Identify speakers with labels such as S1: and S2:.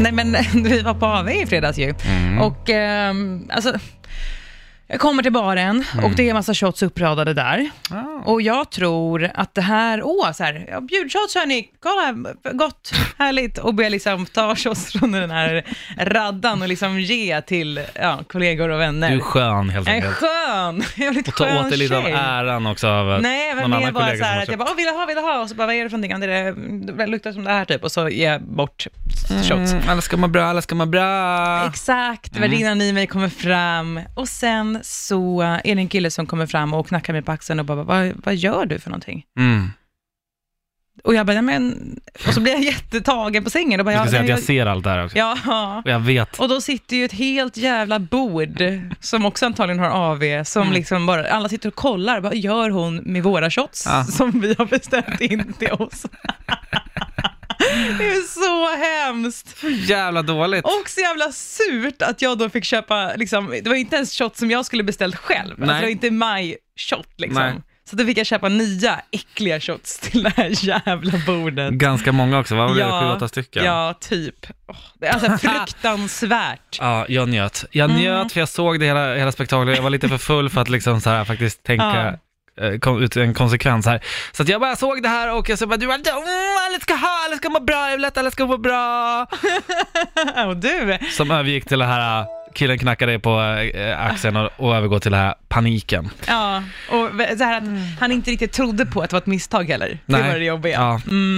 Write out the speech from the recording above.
S1: Nej men vi var på AV i fredags ju.
S2: Mm.
S1: Och ehm, alltså, jag kommer till baren och
S2: Mm.
S1: det är en massa shots uppradade där.
S2: Ah.
S1: Och jag tror att det här, åh, så här, ja, bjudshots hörni, kolla, gott, härligt. Och börjar liksom ta shots från den här raddan och liksom ge till ja, kollegor och vänner.
S2: Du är skön helt
S1: jag är
S2: enkelt.
S1: skön, jävligt
S2: Och ta
S1: skön
S2: åt dig lite av
S1: tjej.
S2: äran också av
S1: Nej, men
S2: någon
S1: det är
S2: annan
S1: bara
S2: kollega
S1: så
S2: som
S1: här
S2: har
S1: att jag
S2: köpt.
S1: bara, "Åh, vill jag ha, vill jag ha? Och så bara, vad är det för någonting? Ja, Det, är det, det luktar som det här typ. Och så ger jag bort shots.
S2: Mm, alla ska må bra, alla ska må bra.
S1: Exakt,
S2: Mm.
S1: värdinnan i mig kommer fram och sen så är det en kille som kommer fram och knackar mig på axeln och bara, vad, vad gör du för någonting?
S2: Mm.
S1: Och jag bara, "Nej, men, och så blir jag jättetagen på sängen och bara,
S2: Jag ska säga att
S1: nej,
S2: jag ser allt det här också.
S1: ja.
S2: Och jag vet.
S1: Och då sitter ju ett helt jävla bord, som också antagligen har AV, som
S2: Mm.
S1: liksom bara, alla sitter och kollar, vad gör hon med våra shots
S2: Ja.
S1: som vi har beställt in till oss? Det är så hemskt.
S2: Jävla dåligt.
S1: Och så jävla surt att jag då fick köpa, liksom, det var inte ens shot som jag skulle beställt själv. Alltså,
S2: Nej.
S1: det var inte my shot liksom.
S2: Nej.
S1: Så då fick jag köpa nya äckliga shots till det här jävla bordet.
S2: Ganska många också, vad var det? Sju, åtta stycken?
S1: ja, typ. Åh, det är alltså fruktansvärt.
S2: Ja, jag njöt. Jag njöt för jag såg det hela, hela spektaklet. Jag var lite för full för att liksom så här faktiskt tänka eh, kom, ut en konsekvens här. Så att jag bara såg det här och jag så bara du bara, "Mm, alla ska ha, alla ska må bra, jag vill att alla ska må bra.
S1: Och du,
S2: Som övergick till det här, eh, killen knackade dig på eh, axeln och, och övergår till det här paniken.
S1: ja, och så här att han inte riktigt trodde på att det var ett misstag heller. Det
S2: Nej.
S1: var det jobbiga.
S2: Ja,